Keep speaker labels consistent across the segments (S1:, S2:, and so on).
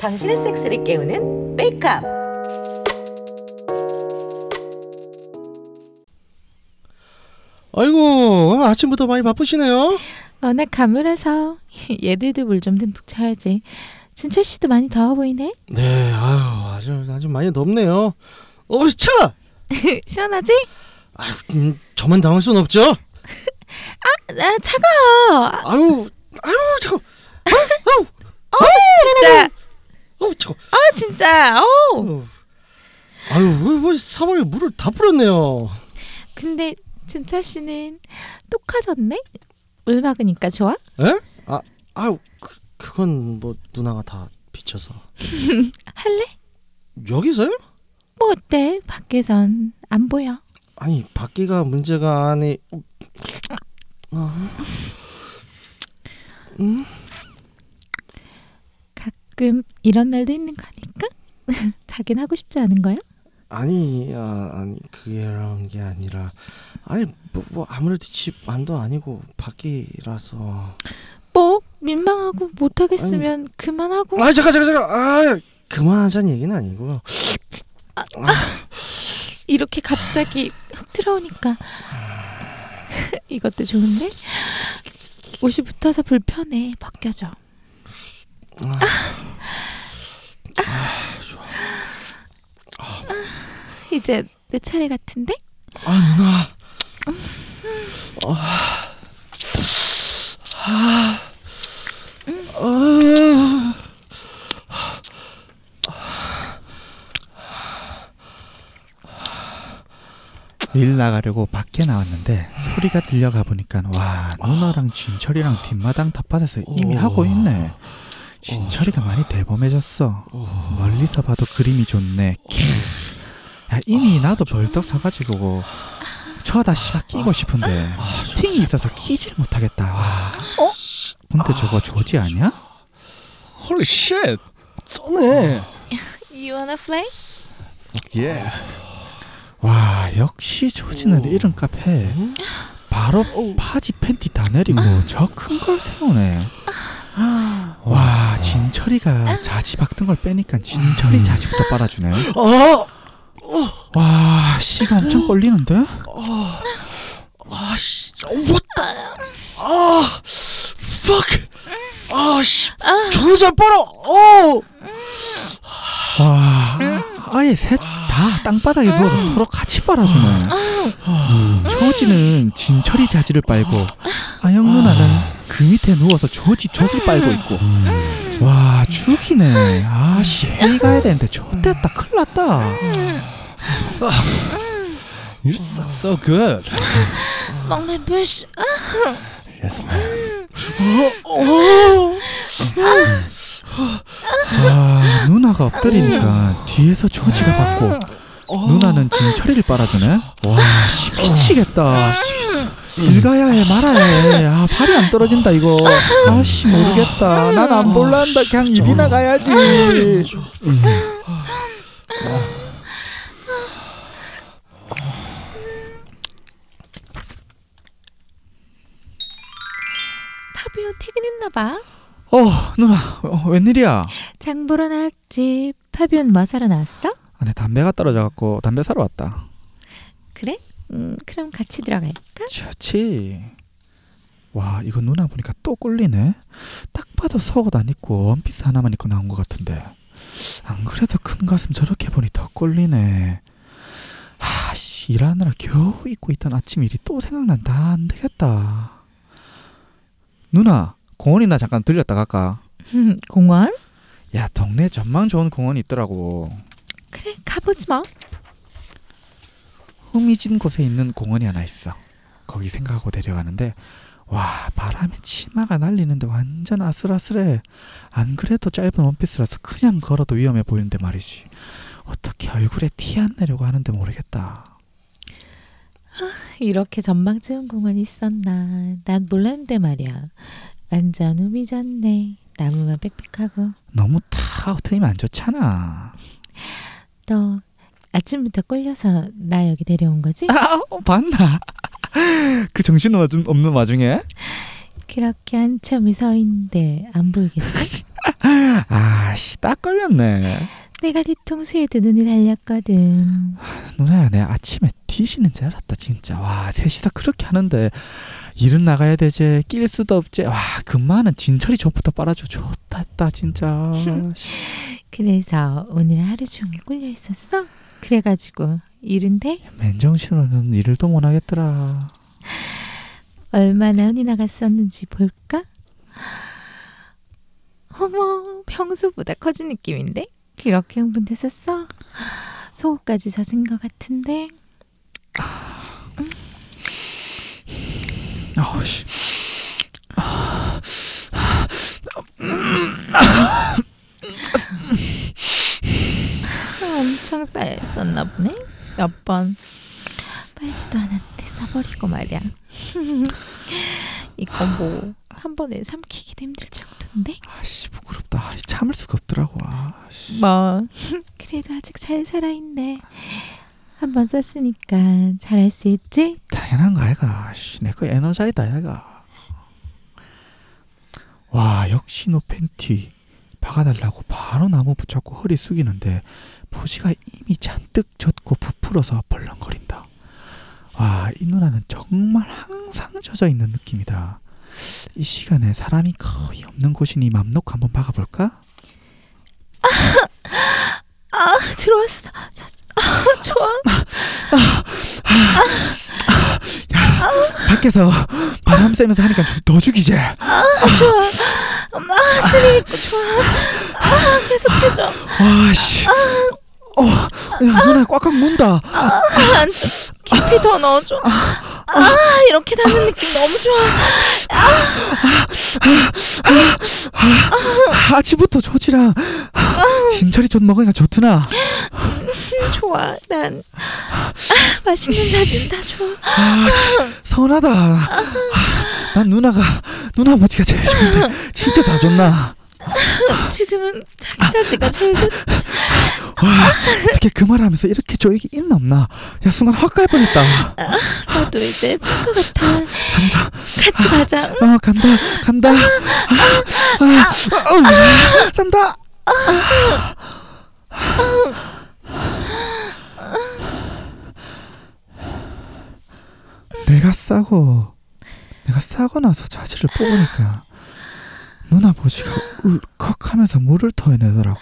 S1: 당신의 섹스를 깨우는 메이크업.
S2: 아이고 아침부터 많이 바쁘시네요.
S3: 워낙 가물어서 얘들도 물 좀 듬뿍 쳐야지. 준철 씨도 많이 더워 보이네.
S2: 네, 아유 아주 아주 많이 덥네요. 어차,
S3: 시원하지?
S2: 아유 음, 저만 당할 순 없죠.
S3: 아, 차가워. 아,
S2: 아유 아유 차고,
S3: 진짜.
S2: 아유 차고,
S3: 아 진짜. 어.
S2: 아유, 아유 뭐 사방에 물을 다 뿌렸네요.
S3: 근데 준철 씨는 똑하졌네. 물 막으니까 좋아?
S2: 에? 아 아유 그, 그건 뭐 누나가 다 비쳐서
S3: 할래?
S2: 여기서요?
S3: 뭐 어때? 밖에선 안 보여.
S2: 아니 바퀴가 문제가 아니.
S3: 가끔 이런 날도 있는 거니까. 자긴 하고 싶지 않은 거야?
S2: 아니 아, 아니 그게란 게 아니라 아니 뭐, 뭐 아무래도 집 안도 아니고 밖이라서
S3: 뭐 민망하고 못 하겠으면 그만하고.
S2: 아 잠깐 잠깐 잠깐 아 그만하자는 얘기는 아니고요
S3: 이렇게 갑자기 훅 들어오니까 이것도 좋은데 옷이 붙어서 불편해 벗겨져
S2: 아,
S3: 이제 내 차례 같은데
S2: 아 누나 아, 아,
S4: 일 나가려고 밖에 나왔는데 소리가 들려가 보니까 와 누나랑 진철이랑 뒷마당 텃밭에서 이미
S2: 오.
S4: 하고 있네. 진철이가 많이 대범해졌어. 멀리서 봐도 그림이 좋네. 캬. 야, 이미 나도 벌떡 서가지고 저다 씨발 끼고 싶은데 팅이 있어서 끼질 못하겠다. 와. 어? 근데 저거 조지 아니야?
S5: Holy shit! 쩌네.
S3: You wanna play?
S5: 예.
S4: 와 역시 조지는 이런 카페 바로 바지 팬티 다 내리고 저 큰 걸 세우네 와 진철이가 자지 박던 걸 빼니까 진철이 자지부터 빨아주네
S2: 아,
S4: 와 씨가 엄청 걸리는데
S2: 아씨 what the 아 fuck 아씨 저 여자 빨아 어
S4: 와 아예 셋 다 땅바닥에 누워서 서로 같이 빨아주네 음, 조지는 진철이 자지를 빨고 아영 누나는 그 밑에 누워서 조지 젖을 빨고 있고 와 죽이네 아씨 회의 가야 되는데 좆됐다 아. 큰일났다
S5: You suck so good.
S3: Mom, my bush.
S5: Yes, man.
S4: 어, 와 아, 누나가 엎드리니까 뒤에서 조지가 받고 누나는 진철이를 빨아주네 와씨 미치겠다 길 가야 해 말아야 해아 발이 안 떨어진다 이거 아씨 모르겠다 난 안 볼란다 그냥 일이나 가야지
S3: 파비오 퇴근했나 봐.
S4: 어 누나 어, 웬일이야
S3: 장보러 나왔지. 파비오는 뭐 사러 나왔어?
S4: 안에 담배가 떨어져갖고 담배 사러 왔다
S3: 그래? 음, 그럼 같이 들어갈까?
S4: 좋지. 와 이거 누나 보니까 또 꼴리네. 딱 봐도 속옷 안 입고 원피스 하나만 입고 나온 것 같은데. 안 그래도 큰 가슴 저렇게 보니 더 꼴리네. 하씨 일하느라 겨우 입고 있던 아침 일이 또 생각난다. 안 되겠다. 누나 공원이나 잠깐 들렸다 갈까?
S3: 공원?
S4: 야 동네 전망 좋은 공원이 있더라고.
S3: 그래, 가보지 뭐.
S4: 흐미진 곳에 있는 공원이 하나 있어. 거기 생각하고 내려가는데 와 바람에 치마가 날리는데 완전 아슬아슬해. 안 그래도 짧은 원피스라서 그냥 걸어도 위험해 보이는데 말이지. 어떻게 얼굴에 티 안 내려고 하는데 모르겠다.
S3: 이렇게 전망 좋은 공원이 있었나. 난 몰랐는데 말이야. 완전 우미졌네. 나무만 빽빽하고.
S4: 너무 탁 트이면 안 좋잖아.
S3: 너 아침부터 꼴려서 나 여기
S4: 어,
S3: 데려온 거지?
S4: 아 어, 봤나? 그 정신 없는 와중에
S3: 이렇게 한참을 서 있는데 안 보이겠어?
S4: 아씨 딱 걸렸네.
S3: 내가 뒤통수에도 눈이 달렸거든.
S4: 누나야 내가 아침에 뒤시는 줄 알았다 진짜. 와 셋이서 그렇게 하는데 일은 나가야 되지 낄 수도 없지. 와 금마는 진철이 전부터 빨아줘 좋다 했다 진짜. 씨.
S3: 그래서 오늘 하루 종일 꿀려 있었어? 그래가지고 이른데
S4: 맨정신으로는 일도 못 하겠더라.
S3: 얼마나 흔히 나갔었는지 볼까? 어머 평소보다 커진 느낌인데 그렇게 흥분됐었어? 속옷까지 젖은 것 같은데
S4: 아우씨.
S3: 엄청 쌓였었나 보네 몇 번 빨지도 않았는데 싸버리고 말이야 이거 뭐 한 번에 삼키기도 힘들 정도인데
S4: 아씨 부끄럽다. 아이, 참을 수가 없더라고. 아씨.
S3: 뭐 그래도 아직 잘 살아있네 한 번 썼으니까 잘할 수 있지?
S4: 당연한 거 아이가 씨, 내거 에너자이다 아이가 와 역시 너 팬티 박아달라고 바로 나무 붙잡고 허리 숙이는데 부시가 이미 잔뜩 젖고 부풀어서 벌렁거린다 와 이 누나는 정말 항상 젖어 있는 느낌이다 이 시간에 사람이 거의 없는 곳이니 맘 놓고 한번 박아볼까?
S3: 아 들어왔어 자, 아 좋아
S4: 밖에서 바람 쐬면서 하니까 주- 더 죽이지 와
S3: 좋아 아 스릴 있고 좋아 아 계속해줘
S4: 씨. 어, 야, 누나 꽉꽉 문다
S3: 아, 안 줘. 깊이 더 넣어줘 아 이렇게 닿는 느낌 너무 좋아
S4: 아침부터 조지랑 진철이 좀 먹으니까 좋드나
S3: 좋아 난 아, 맛있는 자진 다 좋아
S4: 아씨 서운하다 아, 난 누나가 누나 아버지가 제일 좋은데 진짜 다 좋나
S3: 지금은 장사지가 제일 좋지
S4: 와 어떻게 그 말하면서 이렇게 조익이 있나 없나 야 순간 확 갈 뻔했다
S3: 나도 이제 쓸 것 같아 같이 가자
S4: 어 간다 간다 아, 아, 아, 어, 아, 짠다 내가 싸고 내가 싸고 나서 자지를 뽑으니까 누나 보지가 울컥하면서 물을 토해내더라고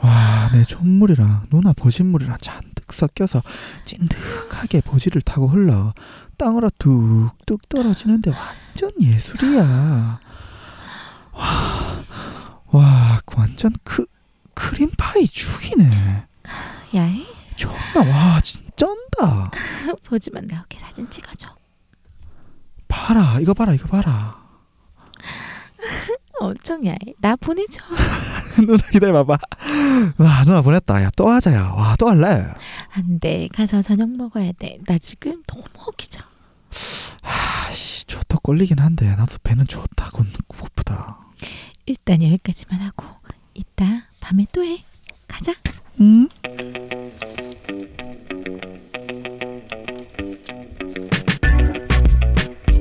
S4: 와 내 존물이랑 누나 보진물이랑 잔뜩 섞여서 찐득하게 보지를 타고 흘러 땅으로 뚝뚝 떨어지는데 완전 예술이야. 와, 와, 그 완전 크 크림파이 죽이네.
S3: 야해
S4: 존나 와, 진짠다.
S3: 보지만 나오게 사진 찍어줘
S4: 봐라, 이거 봐라, 이거 봐라.
S3: 엄청 야해 나 보내줘
S4: 누나 기다려봐봐. 와, 누나 보냈다. 야, 또 하자야. 와, 또 할래.
S3: 안돼 가서 저녁 먹어야 돼나 지금 너무 허기져
S4: 아씨, 저또 꼴리긴 한데 나도 배는 좋다, 고 고프다.
S3: 일단 여기까지만 하고 이따 밤에 또 해 가자
S4: 응?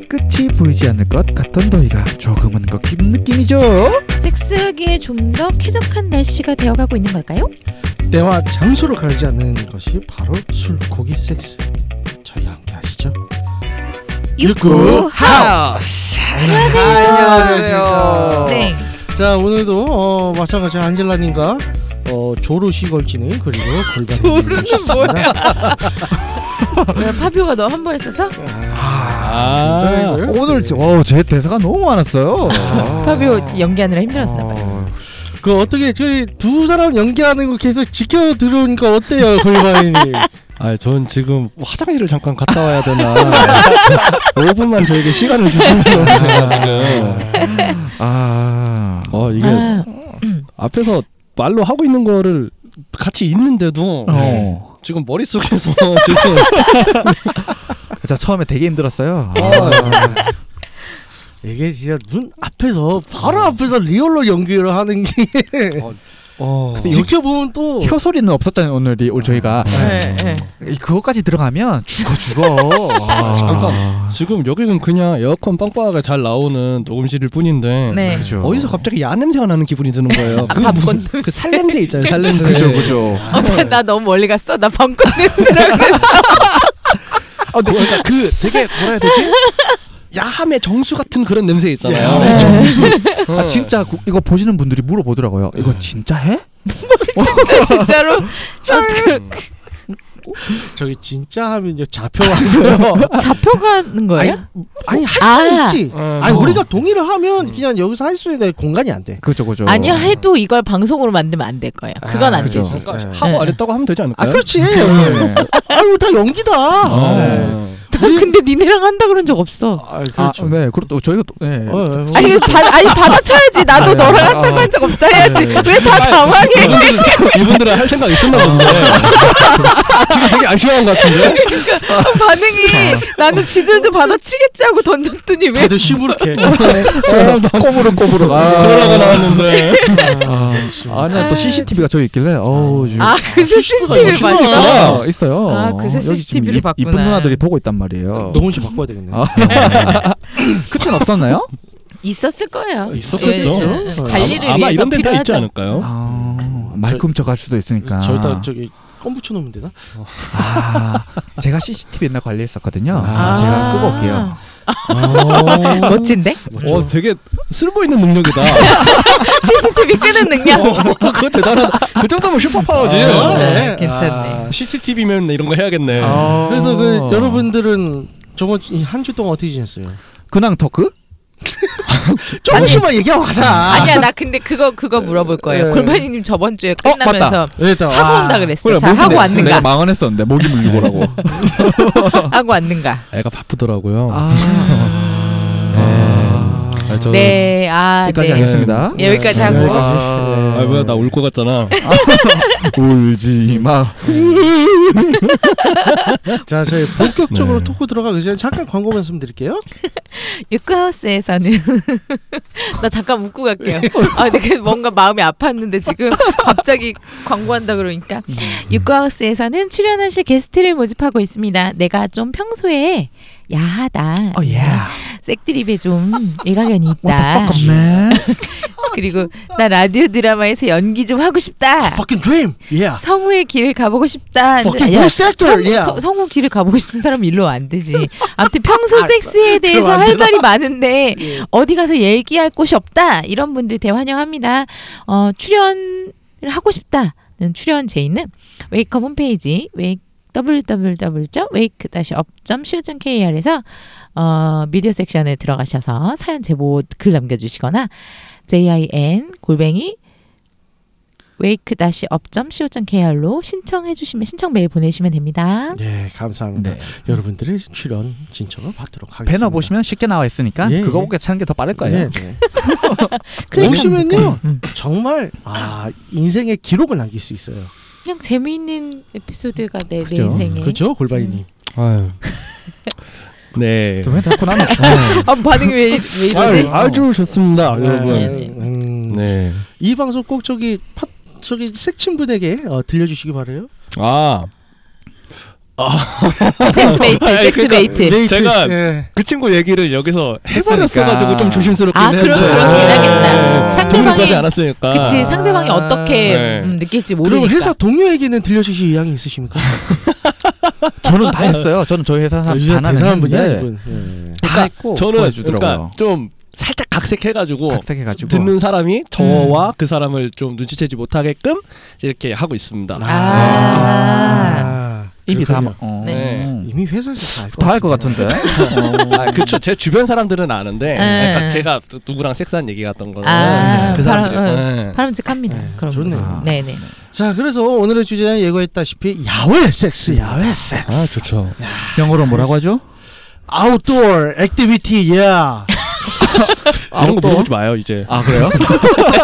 S4: 끝이 보이지 않을 것 같던 더위가 조금은 꺾인 느낌이죠?
S3: 섹스하기에 좀 더 쾌적한 날씨가 되어가고 있는 걸까요?
S2: 때와 장소를 가리지 않는 것이 바로 술, 고기, 섹스. 저희와 함께 하시죠.
S3: 육구
S4: 하우스!
S2: 안녕하세요.
S3: 네
S2: 자 오늘도 어, 마찬가지 안젤라님과 어, 조르 시골지님 그리고 골반
S3: 조르는 뭐야? 파비오가 너 한 번에 써서
S5: 아,
S4: 오늘 저- 어우, 제 대사가 너무 많았어요.
S3: 파비오 연기하느라 힘들었나 봐.
S2: 그 어떻게 저희 두 사람 연기하는 거 계속 지켜 들어오니까 어때요 골반님?
S5: 아, 전 지금 화장실을 잠깐 갔다 와야 되나. 5분만 저에게 시간을 주시면 제가 지금.
S4: 아,
S5: 어, 이게
S3: 아,
S5: 앞에서 말로 하고 있는 거를 같이 있는데도
S4: 어.
S5: 지금 머릿속에서 지금
S4: 자, 처음에 되게 힘들었어요.
S2: 이게 진짜 눈 앞에서 바로 앞에서 리얼로 연기를 하는 게
S5: 어.
S4: 근데 이-
S2: 지켜보면 또
S4: 혀 소리는 없었잖아요 오늘 이- 오늘 저희가
S3: 네, 네.
S4: 이- 그것까지 들어가면 죽어 죽어. 아,
S5: 잠깐. 지금 여기는 그냥 에어컨 빵빵하게 잘 나오는 녹음실일 뿐인데
S3: 네.
S4: 그죠.
S5: 어디서 갑자기 야 냄새가 나는 기분이 드는 거예요. 그,
S3: 밥건
S5: 무슨- 그 살냄새 있잖아요. 살냄새.
S4: 그죠 그죠.
S3: 어, 나, 나 너무 멀리 갔어. 나 방금 냄새라고 했어.
S4: 아, 근데 그러니까 그 되게 뭐라 해야 되지?
S5: 어, 야함의 정수 같은 그런 냄새 있잖아요.
S4: 야함의
S5: 정수.
S2: 어.
S4: 아, 진짜 그- 이거 보시는 분들이 물어보더라고요.
S2: 네.
S4: 이거 진짜 해?
S3: 진짜 진짜로. 아, 그,
S2: 저기 진짜 하면요 잡혀가요.
S3: 잡혀가는 거예요?
S2: 아니 할 수
S3: 아.
S2: 있지.
S5: 어.
S2: 아니 우리가 동의를 하면 그냥 여기서 할 수 있는 공간이 안 돼.
S4: 그죠 그죠.
S3: 아니야 해도 이걸 방송으로 만들면 안 될 거예요. 그건 안
S4: 어. 그죠.
S3: 되지.
S5: 그러니까
S4: 네.
S5: 하고 안 했다고 하면 되지 않을까요?
S2: 아 그렇지.
S4: 네.
S2: 그렇죠. 아유 다 연기다.
S5: 어.
S3: 나 근데 니네랑 한다 그런 적 없어.
S2: 아
S4: 아,
S2: 그렇죠.
S4: 네. 그리고 또 저희가 또 네.
S2: 어, 어, 어.
S3: 아니 이거 받 아니 받아쳐야지. 나도
S4: 아,
S3: 너랑
S4: 아,
S3: 한다고
S4: 아.
S3: 한 적 없다 해야지.
S4: 네.
S3: 왜 다 당황해?
S5: 이분들은 할 생각 있었나 본데 지금 되게 안심한 것 같은데
S3: 반응이 나는 지들도 받아치겠지 하고 던졌더니 왜
S2: 다들 시무룩해. 어.
S4: 저희가 꼬부러 꼬부러. 아,
S5: 그러려고 나왔는데
S4: 아, 아니야 또 CCTV가 저기 있길래 어우 지금
S3: 아, 그 CCTV를
S5: 진짜
S3: 봤어?
S5: 많이
S4: 아,
S5: 봐.
S4: 있어요.
S3: 아, 그새
S4: 여기 지금
S3: CCTV 를
S4: 이-
S3: 봤구나.
S4: 이쁜 누나들이 보고 있단 말이에요.
S2: 노홍 씨 바꿔야 되겠네.
S4: 아. 그땐 없었나요?
S3: 있었을 거예요.
S5: 있었겠죠.
S3: 예,
S4: 어?
S3: 예. 관리를
S5: 아마
S3: 위해서
S5: 이런 데는 다 있지
S3: 필요하죠.
S5: 않을까요?
S4: 아, 말끔쩍할 수도 있으니까.
S2: 저기다 저기 껌 붙여놓으면 되나?
S4: 아, 제가 CCTV 옛날 관리했었거든요.
S2: 아.
S4: 제가 끄고 올게요.
S3: 멋진데?
S5: 어 되게 쓸모 있는 능력이다.
S3: CCTV 끄는 능력.
S5: 어, 그거 대단하다. 그 정도면 슈퍼파워지.
S3: 아, 네, 괜찮네.
S5: 아, CCTV면 이런 거 해야겠네.
S4: 아.
S2: 그래서 그 여러분들은 저번 한 주 동안 어떻게 지냈어요?
S4: 근황 토크?
S2: 조금씩만 얘기하고 가자.
S3: 아니야 나 근데 그거 그거 물어볼 거예요.
S2: 예.
S3: 골반이님 저번 주에 끝나면서
S2: 일단
S3: 하고
S2: 아,
S3: 온다 그랬어.
S4: 그래,
S3: 자
S4: 목이
S3: 하고
S4: 내-
S3: 왔는가?
S4: 내가 망언했었는데 모기 물리고라고.
S3: 하고 왔는가?
S5: 애가 바쁘더라고요.
S4: 아.
S5: 네. 아, 저...
S3: 네, 아
S4: 여기까지
S3: 네.
S4: 하겠습니다.
S3: 예, 여기까지
S2: 네,
S3: 하고.
S2: 여기까지.
S5: 아 뭐야 나 울 것 같잖아.
S4: 울지 마.
S2: 자 저희 본격적으로
S5: 네.
S2: 토크 들어가기 그 전에 잠깐 광고 말씀 드릴게요.
S3: 유쿠하우스에서는 나 잠깐 웃고 갈게요. 아, 근데 뭔가 마음이 아팠는데 지금 갑자기 광고한다 그러니까
S4: 음.
S3: 유쿠하우스에서는 출연하실 게스트를 모집하고 있습니다. 내가 좀 평소에 야하다.
S4: 어 예.
S3: 색드립에 좀 일가견이 있다.
S4: 잠깐만.
S3: 그리고 나 라디오 드라마에서 연기 좀 하고 싶다.
S2: Fucking dream. Yeah.
S3: 성우의 길을 가보고 싶다.
S2: Fucking
S3: 아니야,
S2: voice actor,
S3: 성우,
S2: yeah.
S3: 성- 성우 길을 가보고 싶은 사람 일로 안 되지. 아무튼 평소 섹스에 대해서
S2: 안
S3: 할
S2: 되나? 예.
S3: 말이 많은데 어디 가서 얘기할 곳이 없다. 이런 분들 대환영합니다. 어, 출연을 하고 싶다는 출연 제의는 웨이크업 홈페이지 웨이 www.wake-up.co.kr에서 어, 미디어 섹션에 들어가셔서 사연 제보 글 남겨주시거나 jin 골뱅이 wake-up.co.kr로 신청해주시면 신청 메일 보내시면 됩니다.
S2: 네 감사합니다.
S4: 네.
S2: 여러분들의 출연 신청을 받도록 하겠습니다.
S4: 배너 보시면 쉽게 나와 있으니까
S2: 예,
S4: 그거
S2: 예.
S4: 보게 찾는 게 더 빠를
S2: 네.
S4: 거예요.
S2: 네.
S3: 클릭하면
S2: 보시면요
S4: 음.
S2: 정말 아 인생의 기록을 남길 수 있어요.
S3: 그냥 재미있는 에피소드가 내, 내
S4: 그죠.
S3: 인생에.
S2: 그렇죠 골반이님.
S5: 아유. 네.
S4: 좀해 닫고 나면.
S3: 아, 반응이 왜, 이- 왜 이러지?
S5: 아유, 아주 좋습니다,
S3: 네.
S5: 여러분.
S2: 음,
S5: 네.
S2: 이 방송 꼭 저기 팟 저기 색친분에게 어, 들려주시기 바래요.
S5: 아,
S3: 섹스메이트, 섹스메이트.
S2: 네,
S5: 제가-
S2: 그, 예.
S5: 그 친구 얘기를 여기서 해버렸어가지고 좀 조심스럽긴
S3: 아,
S5: 했는데.
S3: 네. 그럼 그렇긴 하겠다.
S5: 네.
S3: 상대방이-
S5: 동요까지 않았으니까.
S3: 그치, 상대방이 어떻게
S5: 아. 네.
S3: 음, 느낄지 모르니까.
S2: 그럼 회사 동료에게는 들려주실 의향이 있으십니까?
S4: 저는 다 했어요. 저는 저희 회사 한
S2: 진짜
S4: 반환을
S2: 대단한 분이야
S4: 했는데
S2: 이분. 예.
S4: 다 했고
S5: 저는 그러니까
S4: 보여주더라고요.
S5: 좀 살짝 각색해가지고
S4: 각색해가지고.
S5: 듣는 사람이
S3: 음.
S5: 저와 그 사람을 좀 눈치채지 못하게끔 이렇게 하고 있습니다.
S3: 아,
S4: 이미 다
S2: 네. 그렇군요.
S4: 어.
S5: 네.
S2: 이미 회사에서
S4: 다 할 것 같은데.
S5: 아, 그쵸. 제 주변 사람들은 아는데,
S3: 네.
S5: 그러니까 제가 또 누구랑 섹스한 얘기 같던 거는
S3: 아,
S5: 그 사람들이.
S3: 바로, 어.
S5: 네.
S3: 바람직합니다.
S2: 네,
S3: 그런
S2: 좋네요.
S3: 거죠. 네네.
S2: 자 그래서 오늘의 주제는 예고했다시피 야외 섹스, 야외 섹스,
S5: 아, 좋죠.
S4: 영어로 뭐라고 하죠?
S2: 아웃도어 액티비티, 예.
S5: 이런 거 물어보지 마요, 이제.
S4: 아 그래요?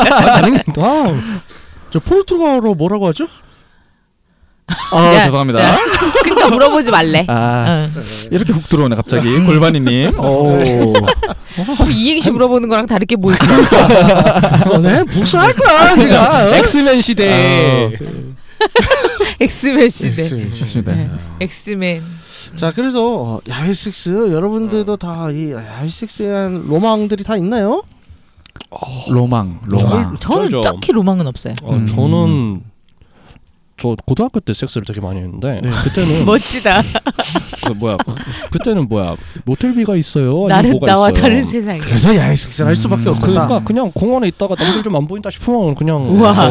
S5: 아, 다른 게 또- 와우.
S2: 저 포르투갈어 뭐라고 하죠?
S4: 아
S3: 야,
S4: 죄송합니다.
S3: 자, 그러니까 물어보지 말래.
S4: 아
S3: 어.
S4: 이렇게 훅 들어오네 갑자기 골반이님. 오.
S3: 이 얘기시 물어보는 거랑 다르게 뭐 있어?
S5: 네, 복수할 거야 진짜. 엑스맨 시대.
S3: 엑스맨 시대.
S4: 좋습니다.
S3: 네. 엑스맨.
S2: 자 그래서 어, 야외 섹스 여러분들도 다 이 야외 섹스에 대한 로망들이 다 있나요?
S4: 로망 로망.
S5: 아,
S3: 저는
S5: 쩔죠.
S3: 딱히 로망은 없어요.
S5: 어,
S4: 음.
S5: 저는 저 고등학교 때 섹스를 되게 많이 했는데 그때는
S3: 멋지다.
S5: 그 뭐야 그때는 뭐야 모텔비가 있어요 아니면
S3: 나는
S5: 뭐가
S3: 나와
S5: 있어요.
S3: 다른 세상에.
S2: 그래서 야외 섹스를 할 수밖에
S4: 음,
S2: 없었다.
S5: 그러니까 그냥 공원에 있다가 남들 좀 안 보인다 싶으면 그냥
S3: 우와.
S4: 와.
S3: 아,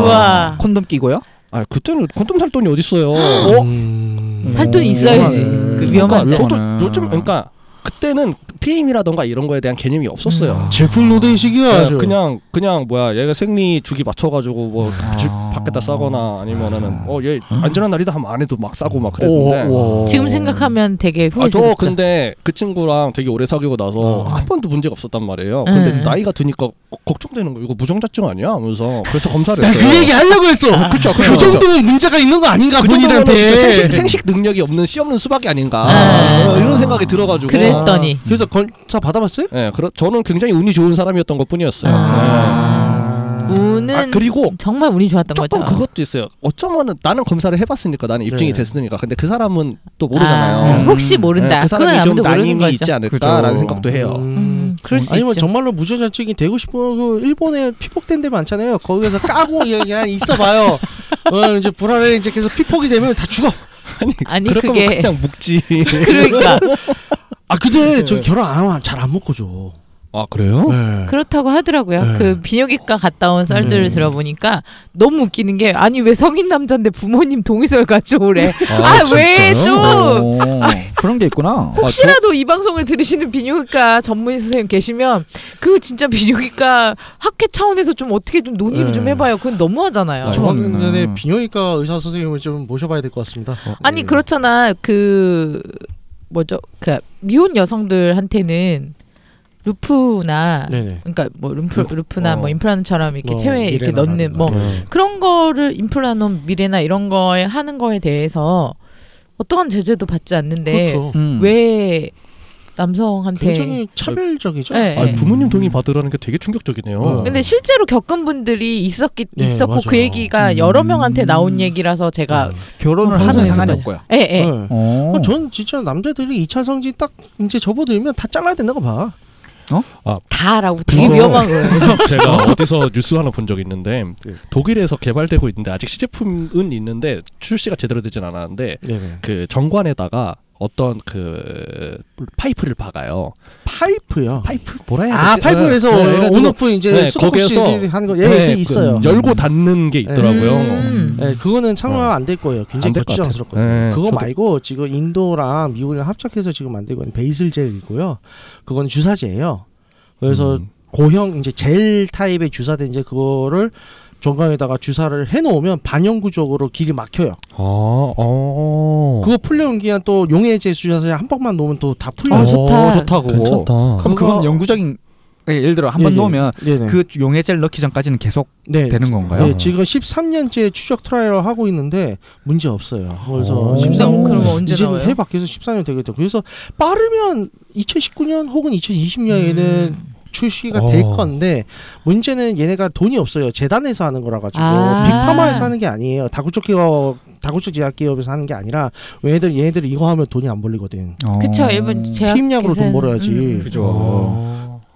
S3: 우와.
S4: 콘돔 끼고요?
S5: 아 그때는 콘돔 살 돈이 어딨어요
S2: 음.
S3: 살 돈이
S4: 오,
S3: 있어야지.
S4: 위험하네.
S3: 그 위험한데.
S5: 그러니까
S4: 위험하네.
S5: 저도 요즘 그러니까 그때는 PM이라던가 이런 거에 대한 개념이 없었어요 네,
S2: 제품 노동의 시기야. 아주.
S5: 그냥, 그냥 그냥 뭐야 얘가 생리 주기 맞춰가지고 뭐 집 밖에다 싸거나 아니면은
S4: 맞아.
S5: 어 얘 안전한 날이다 하면 안 해도 막 싸고 막
S4: 오,
S5: 그랬는데
S4: 오.
S3: 지금 생각하면 되게
S5: 어. 아, 저
S3: 후회스럽죠.
S5: 근데 그 친구랑 되게 오래 사귀고 나서
S4: 어.
S5: 한 번도 문제가 없었단 말이에요.
S2: 음.
S3: 응,
S5: 근데
S3: 응.
S5: 나이가 드니까 거- 걱정되는 거 이거 무정자증 아니야? 하면서 그래서 검사를 했어요. 아,
S2: 그 얘기 하려고 했어.
S5: 그쵸,
S2: 그
S5: 그쵸, 그쵸.
S2: 정도면 문제가 있는 거 아닌가
S5: 그 정도면
S2: 본인한테.
S5: 진짜
S3: 네.
S5: 생식, 생식 능력이 없는 씨 없는 수박이 아닌가
S3: 아.
S5: 어, 이런 생각이 들어가지고
S3: 그랬더니.
S2: 그래서 검사 받아봤어요?
S5: 예, 그러, 저는 굉장히 운이 좋은 사람이었던 것 뿐이었어요.
S3: 아. 운은
S5: 네. 아, 그리고
S3: 아. 정말 운이 좋았던
S5: 조금
S3: 음, 거죠.
S5: 그것도 있어요. 어쩌면은 나는 검사를 해봤으니까 나는 입증이
S2: 네.
S5: 됐으니까. 근데 그 사람은 또
S3: 아,
S5: 모르잖아요.
S3: 혹시 모른다.
S5: 예, 그
S3: 그건
S5: 사람이 좀
S3: 아무도 모르는
S5: 난임이
S3: 거죠.
S5: 있지 않을까라는
S4: 그죠.
S5: 생각도 해요.
S3: 음, 그럴 수
S2: 아니면
S3: 있죠.
S2: 정말로 무저자증이 되고 싶어 그 일본에 피폭된 데 많잖아요. 거기서 까고 그냥 있어봐요. 어, 이제 불안해 이제 계속 피폭이 되면 다 죽어.
S3: 아니
S5: 그럴 거면
S3: 그게
S5: 그냥 묵지.
S3: 그러니까
S2: 아 근데 저 결혼 안잘안 먹고 줘.
S5: 아 그래요?
S2: 네.
S3: 그렇다고 하더라고요.
S2: 네.
S3: 그 비뇨기과 갔다 온 썰들을
S2: 네.
S3: 들어보니까 너무 웃기는 게 아니 왜 성인 남자인데 부모님 동의서를 가져오래. 아, 왜 또? 아.
S4: 오. 그런 게 있구나. 아,
S3: 혹시라도 이 방송을 들으시는 비뇨기과 전문의 선생님 계시면 그 진짜 비뇨기과 학회 차원에서 좀 어떻게 좀 논의를
S2: 네.
S3: 좀 해봐요. 그건 너무하잖아요.
S5: 아,
S2: 저학년
S4: 그렇네.
S2: 에 비뇨기과 의사 선생님을 좀 모셔봐야 될 것 같습니다.
S3: 아니
S2: 음.
S3: 그렇잖아 그 뭐죠 그 미혼 여성들한테는 루프나
S2: 네네.
S3: 그러니까 뭐 루프 루프나
S5: 어.
S3: 뭐 임플란트처럼 이렇게 체외에 이렇게
S5: 미래나
S3: 넣는
S5: 아니나.
S3: 뭐
S5: 네.
S3: 그런 거를 임플란트 미래나 이런 거에 하는 거에 대해서 어떠한 제재도 받지 않는데
S2: 그렇죠.
S4: 음.
S3: 왜 남성한테
S2: 굉장히 차별적이죠.
S3: 네,
S5: 아니,
S3: 네.
S5: 부모님 동의 받으라는 게 되게 충격적이네요.
S2: 어.
S3: 근데 실제로 겪은 분들이 있었기
S2: 네,
S3: 있었고
S2: 맞아요.
S3: 그 얘기가 여러
S4: 음.
S3: 명한테 나온 얘기라서 제가
S4: 결혼을
S3: 방송에서
S4: 하는 상관이
S3: 봐요.
S4: 없고요.
S3: 예 예.
S2: 네.
S4: 어.
S2: 아, 전 진짜 남자들이 2차 성지 딱 이제 접어들면 다 잘라야 된다고 봐.
S3: 다라고 되게
S5: 그거-
S3: 위험한 거예요.
S5: 제가 어디서 예. 뉴스 하나 본 적이 있는데 독일에서 개발되고 있는데 아직 시제품은 있는데 출시가 제대로 되진 않았는데
S3: 예,
S2: 네네.
S5: 그 정관에다가 어떤 그 파이프를 박아요.
S2: 파이프요.
S5: 파이프 뭐라
S4: 네.
S5: 해야 되지?
S2: 아 파이프에서
S5: 어, 예를 들어
S2: 온오프 이제
S5: 네,
S2: 수도꼭지
S5: 거기에서-
S2: 하는 거 예,
S5: 네,
S2: 그게
S5: 그
S2: 있어요.
S5: 열고 닫는 게 있더라고요.
S3: 음.
S2: 예, 그거는 참여가 안 될 거예요.
S5: 안
S2: 굉장히
S5: 될것 같아요.
S2: 거추장스럽거든요.
S5: 네,
S2: 그거
S5: 저도-
S2: 말고 지금 인도랑 미국이랑 합작해서 지금 만들고 있는 베이슬 젤이고요. 그건 주사제예요. 그래서
S5: 음.
S2: 고형 이제 젤 타입의 주사제 이제 그거를 정강에다가 주사를 해놓으면 반영구적으로 길이 막혀요.
S4: 어.
S5: 아, 어.
S2: 그거 풀려온 기한 또 용해제 주사제 한 번만 놓으면 또 다 풀려요.
S4: 어,
S3: 좋다.
S4: 좋다 그거.
S5: 괜찮다.
S4: 그럼 그건
S2: 그거-
S4: 영구적인 예, 예를 들어 한 번
S2: 예, 예.
S4: 놓으면
S2: 네네.
S4: 그 용해제를 넣기 전까지는 계속
S2: 네.
S4: 되는 건가요?
S2: 네, 지금 13년째 추적 트라이얼 하고 있는데 문제 없어요. 그래서
S5: 오.
S2: 13
S3: 그럼 언제
S2: 이제
S3: 나와요?
S2: 해 바뀌어서 14년 되겠다. 그래서 빠르면 2019년 혹은 2020년에는
S3: 음.
S2: 출시가
S5: 어.
S2: 될 건데 문제는 얘네가 돈이 없어요. 재단에서 하는 거라 가지고
S3: 아.
S2: 빅파마에서 하는 게 아니에요. 다국적 기업 다국적 제약 기업에서 하는 게 아니라 얘네들 얘네들 이거 하면 돈이 안 벌리거든.
S4: 어.
S3: 그쵸 일본 제약
S2: 피임약으로
S3: 회사는-
S2: 돈 벌어야지.
S3: 음.
S4: 그죠.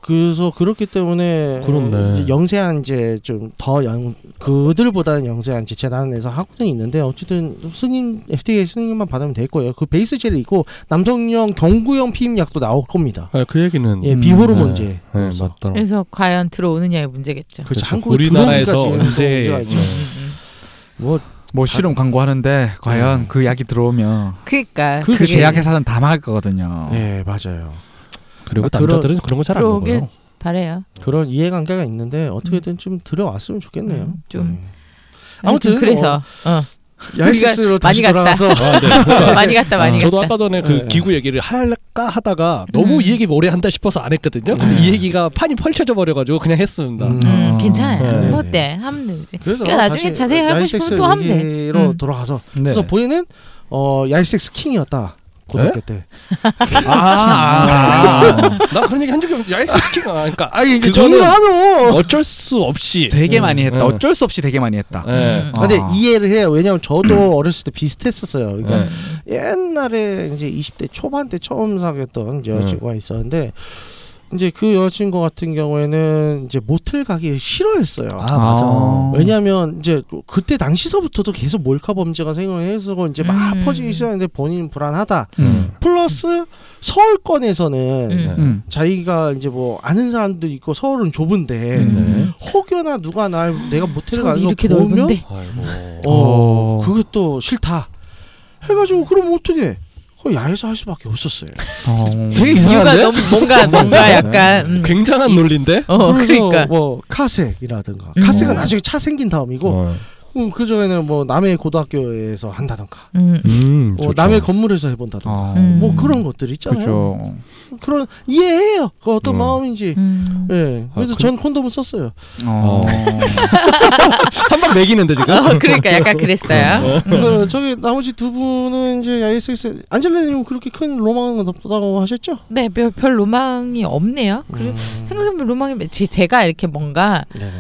S2: 그래서 그렇기 때문에
S5: 그렇네.
S2: 이제 영세한 이제 좀 더 영 그들보다는 영세한 이제 재단에서 하고는 있는데 어쨌든 승인 FDA 승인만 받으면 될 거예요. 그 베이스 젤이 있고 남성용 경구용 피임약도 나올 겁니다.
S5: 아, 그 얘기는
S2: 예,
S4: 음,
S2: 비호르몬제.
S5: 네, 맞다.
S3: 그래서 과연 들어오느냐의 문제겠죠.
S2: 그렇죠.
S5: 그렇죠.
S2: 한국에
S5: 우리나라에서
S2: 들어오기까지는 또
S5: 언제-
S2: 문제가 있죠.
S5: 음.
S2: 뭐
S4: 뭐 실험 광고하는데 과연 그 약이 들어오면
S3: 그러니까
S4: 그
S3: 그게
S4: 제약회사는 다 망할 거거든요.
S5: 어.
S2: 예, 맞아요. 아,
S5: 그리고
S2: 그런-
S5: 남자들은 그런 거 잘 안
S3: 들어오길
S5: 먹어요.
S3: 바래요.
S2: 그런 이해관계가 있는데 어떻게든 좀 들어왔으면 좋겠네요.
S3: 음, 좀.
S2: 네. 아무튼
S3: 그래서 어.
S2: 야식스로 다시
S3: 많이 갔다.
S2: 돌아가서
S5: 아, 네.
S3: 많이 갔다 많이 갔다.
S5: 저도 아까 전에 그
S2: 네.
S5: 기구 얘기를 할까 하다가 너무
S3: 음.
S5: 이 얘기 오래 한다 싶어서 안 했거든요. 근데
S2: 네.
S5: 이 얘기가 판이 펼쳐져 버려가지고 그냥 했습니다.
S2: 음.
S4: 어.
S3: 음, 괜찮아요.
S5: 네.
S3: 뭐 어때? 하면 되지.
S2: 그래서
S3: 이거 그러니까 나중에
S2: 다시
S3: 자세히 하고
S2: 야식스
S3: 싶으면 또 하면 돼.
S2: 얘기로
S3: 음.
S2: 돌아가서
S4: 네.
S2: 그래서 본인은 어 야식스 킹이었다
S5: 네?
S2: 고등학교 때.
S5: 아, 아, 나 그런 얘기 한 적이 없는데 야엑스 스킨 아, 그러니까 아 이게
S2: 정리를 하면.
S5: 어쩔 수 없이
S4: 되게 많이 했다.
S5: 네.
S4: 어쩔 수 없이 되게 많이 했다.
S5: 예.
S2: 근데
S4: 아.
S2: 이해를 해요. 왜냐면 저도 어렸을 때 비슷했었어요. 그러니까
S5: 음.
S3: 음,
S5: 네.
S2: 옛날에 이제 20대 초반 때 처음 사귀었던
S5: 네.
S2: 여자친구가 있었는데 이제 그 여자친구 같은 경우에는 이제 모텔 가기 싫어했어요.
S5: 아 맞아.
S4: 아.
S2: 왜냐하면 이제 그때 당시서부터도 계속 몰카 범죄가 생겨서 이제 막
S3: 음.
S2: 퍼지기 시작했는데 본인 은 불안하다.
S4: 음.
S2: 플러스 서울권에서는
S5: 네.
S3: 음.
S4: 음.
S2: 자기가 이제 뭐 아는 사람도 있고 서울은 좁은데
S4: 음.
S2: 혹여나 누가 날 내가 모텔
S3: 서울
S2: 가는 거
S3: 네. 이렇게
S2: 보면
S3: 넓은데
S5: 아이고.
S2: 어,
S4: 어.
S2: 그게 또 싫다. 해가지고 그럼 어떻게? 그 야외에서 할 수밖에 없었어요.
S4: 어.
S5: 되게
S3: 이유가
S5: 이상한데? 그러니까.
S3: 너무 뭔가 뭔가 약간 음.
S5: 굉장한 논리인데?
S3: 어
S2: 그래서
S3: 그러니까
S2: 뭐 카색이라든가
S3: 음.
S2: 카색은
S5: 어.
S2: 나중에 차 생긴 다음이고
S5: 어.
S2: 음, 그 전에는 뭐 남의 고등학교에서 한다든가
S3: 음.
S5: 음,
S2: 뭐
S5: 좋죠.
S2: 남의 건물에서 해본다든가
S4: 어.
S3: 음.
S2: 뭐 그런 것들 있잖아요.
S4: 그죠.
S2: 그런 이해해요. 그 어떤
S5: 음.
S2: 마음인지.
S3: 음.
S2: 예. 그래서
S5: 그-
S2: 전 콘돔을 썼어요.
S4: 어.
S5: 한방 매기는데 지금.
S3: 어 그러니까 약간
S5: 네.
S3: 그랬어요.
S2: 그 저기 나머지 두 분은 이제 야외 섹스 안젤라님 그렇게 큰 로망은 없다고 하셨죠?
S3: 네, 별, 별 로망이 없네요.
S5: 음.
S3: 그리고 생각해보면 로망이 제- 제가 이렇게 뭔가
S2: 네네.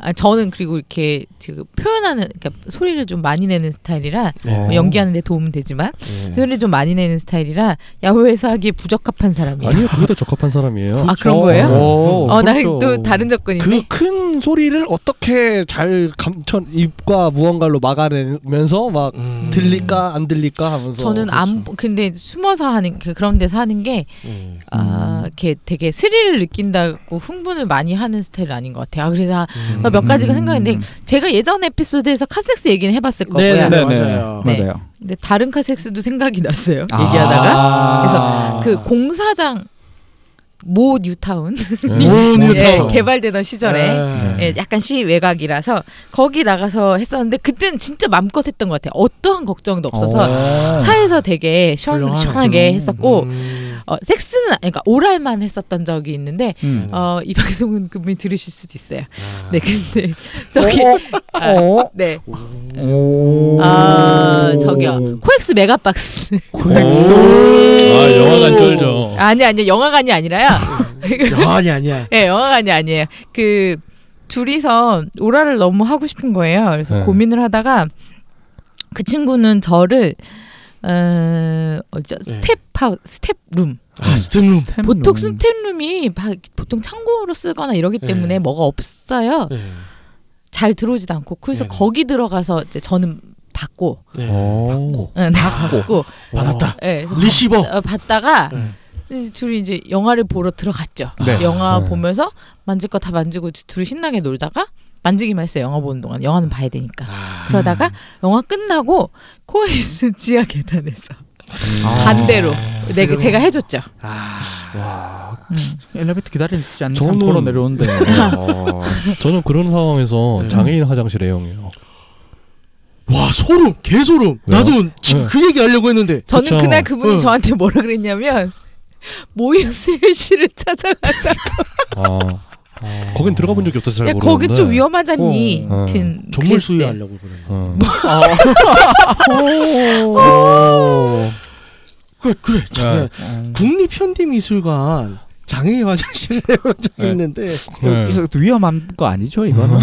S3: 아, 저는 그리고 이렇게 지금 표현하는 그러니까 소리를 좀 많이 내는 스타일이라
S5: 어.
S2: 네.
S3: 뭐 연기하는데 도움은 되지만
S2: 네.
S3: 소리를 좀 많이 내는 스타일이라 야외에서 하기에 부적합한 사람이에요.
S5: 아니요, 그게 더 적합한 사람이에요.
S3: 아, 그런 거예요? 네.
S5: 어,
S3: 어, 나 또 다른 접근인데.
S5: 그 큰 소리를 어떻게 잘 감천 입과 무언가로 막아내면서 막
S2: 음.
S5: 들릴까 안 들릴까 하면서 그렇죠.
S3: 저는 안 보- 근데 숨어서 하는 그 그런 데서 하는 게
S2: 음.
S3: 아, 이렇게 되게 스릴을 느낀다고 흥분을 많이 하는 스타일 아닌 것 같아요. 아, 그래서
S2: 음.
S3: 몇 가지가
S4: 음.
S3: 생각했는데 제가 예전 에피소드에서 카섹스 얘기는 해봤을 거고요.
S2: 네네네.
S4: 네,
S2: 맞아요.
S4: 네.
S3: 네.
S4: 맞아요.
S3: 근데 다른 카섹스도 생각이 났어요.
S4: 아.
S3: 얘기하다가
S2: 아.
S3: 그래서 그 공사장 모
S2: 오,
S3: 뉴타운
S4: 네.
S3: 예,
S2: 뉴타운.
S3: 개발되던 시절에
S2: 네.
S3: 예, 약간 시외곽이라서 거기 나가서 했었는데 그땐 진짜 맘껏 했던 것 같아요. 어떠한 걱정도 없어서
S5: 어.
S3: 차에서 되게 시원,
S2: 훌륭하네.
S3: 시원하게 했었고
S2: 음.
S3: 어, 섹스는 아니- 그러니까 오랄만 했었던 적이 있는데
S4: 음.
S3: 어, 이 방송은 그분이 들으실 수도 있어요.
S2: 아.
S3: 네, 근데 저기
S4: 어?
S3: 아,
S4: 어?
S3: 네,
S2: 어?
S4: 오.
S3: 아 저기요 코엑스 메가박스
S4: 코엑스.
S5: 아 영화관
S2: 어.
S5: 쩔죠.
S3: 아니 아니요 영화관이 아니라요.
S2: 야, 아니 아니야.
S3: 예, 영화관이 아니에요. 그 둘이서 오라를 너무 하고 싶은 거예요. 그래서
S5: 네.
S3: 고민을 하다가 그 친구는 저를 어, 어디죠?
S2: 네.
S3: 스텝 하 스텝룸.
S2: 아, 스팀룸.
S4: 음. 스탬
S3: 보통
S4: 룸.
S3: 스텝룸이 막 보통 창고로 쓰거나 이러기
S2: 네.
S3: 때문에 뭐가 없어요.
S2: 네.
S3: 잘 들어오지도 않고. 그래서
S2: 네.
S3: 거기 들어가서 이제 저는 받고,
S2: 네.
S5: 받고.
S3: 응, 다 받고,
S2: 받았다.
S3: 예, 그래서
S2: 리시버.
S3: 어, 받다가
S2: 네.
S3: 이제 둘이 이제 영화를 보러 들어갔죠.
S4: 네.
S3: 영화
S5: 네.
S3: 보면서 만질 거 다 만지고 둘이 신나게 놀다가 만지기만 했어요. 영화 보는 동안 영화는 봐야 되니까. 그러다가 영화 끝나고 코이스 지하 계단에서
S4: 아.
S3: 반대로 내가 제가 해줬죠.
S2: 아.
S4: 와.
S3: 음.
S4: 엘리베이터 기다리지 않는
S5: 저는-
S4: 사람 걸어 내려오는데.
S5: 아, 저는 그런 상황에서
S2: 네.
S5: 장애인 화장실 애용해요.
S2: 와, 소름. 개소름.
S5: 왜요?
S2: 나도 지금
S5: 네.
S2: 그 얘기 하려고 했는데.
S3: 저는
S5: 그쵸.
S3: 그날 그분이
S2: 응.
S3: 저한테 뭐라 그랬냐면 모유 수유실을 찾아가자.
S5: 아. 거긴 들어가 본 적이 없어서 잘
S3: 야
S5: 모르는데.
S3: 거기 좀 위험하잖니.
S5: 어.
S3: 아무튼
S2: 존물
S3: 글쎄.
S2: 수유하려고 그러는 거.
S5: 어.
S3: 뭐-
S2: 그래, 그래. 장애. 국립현대미술관 장애 화장실에 온 적이
S5: 네.
S2: 있는데.
S5: 네.
S4: 여기서 또 위험한 거 아니죠 이거는?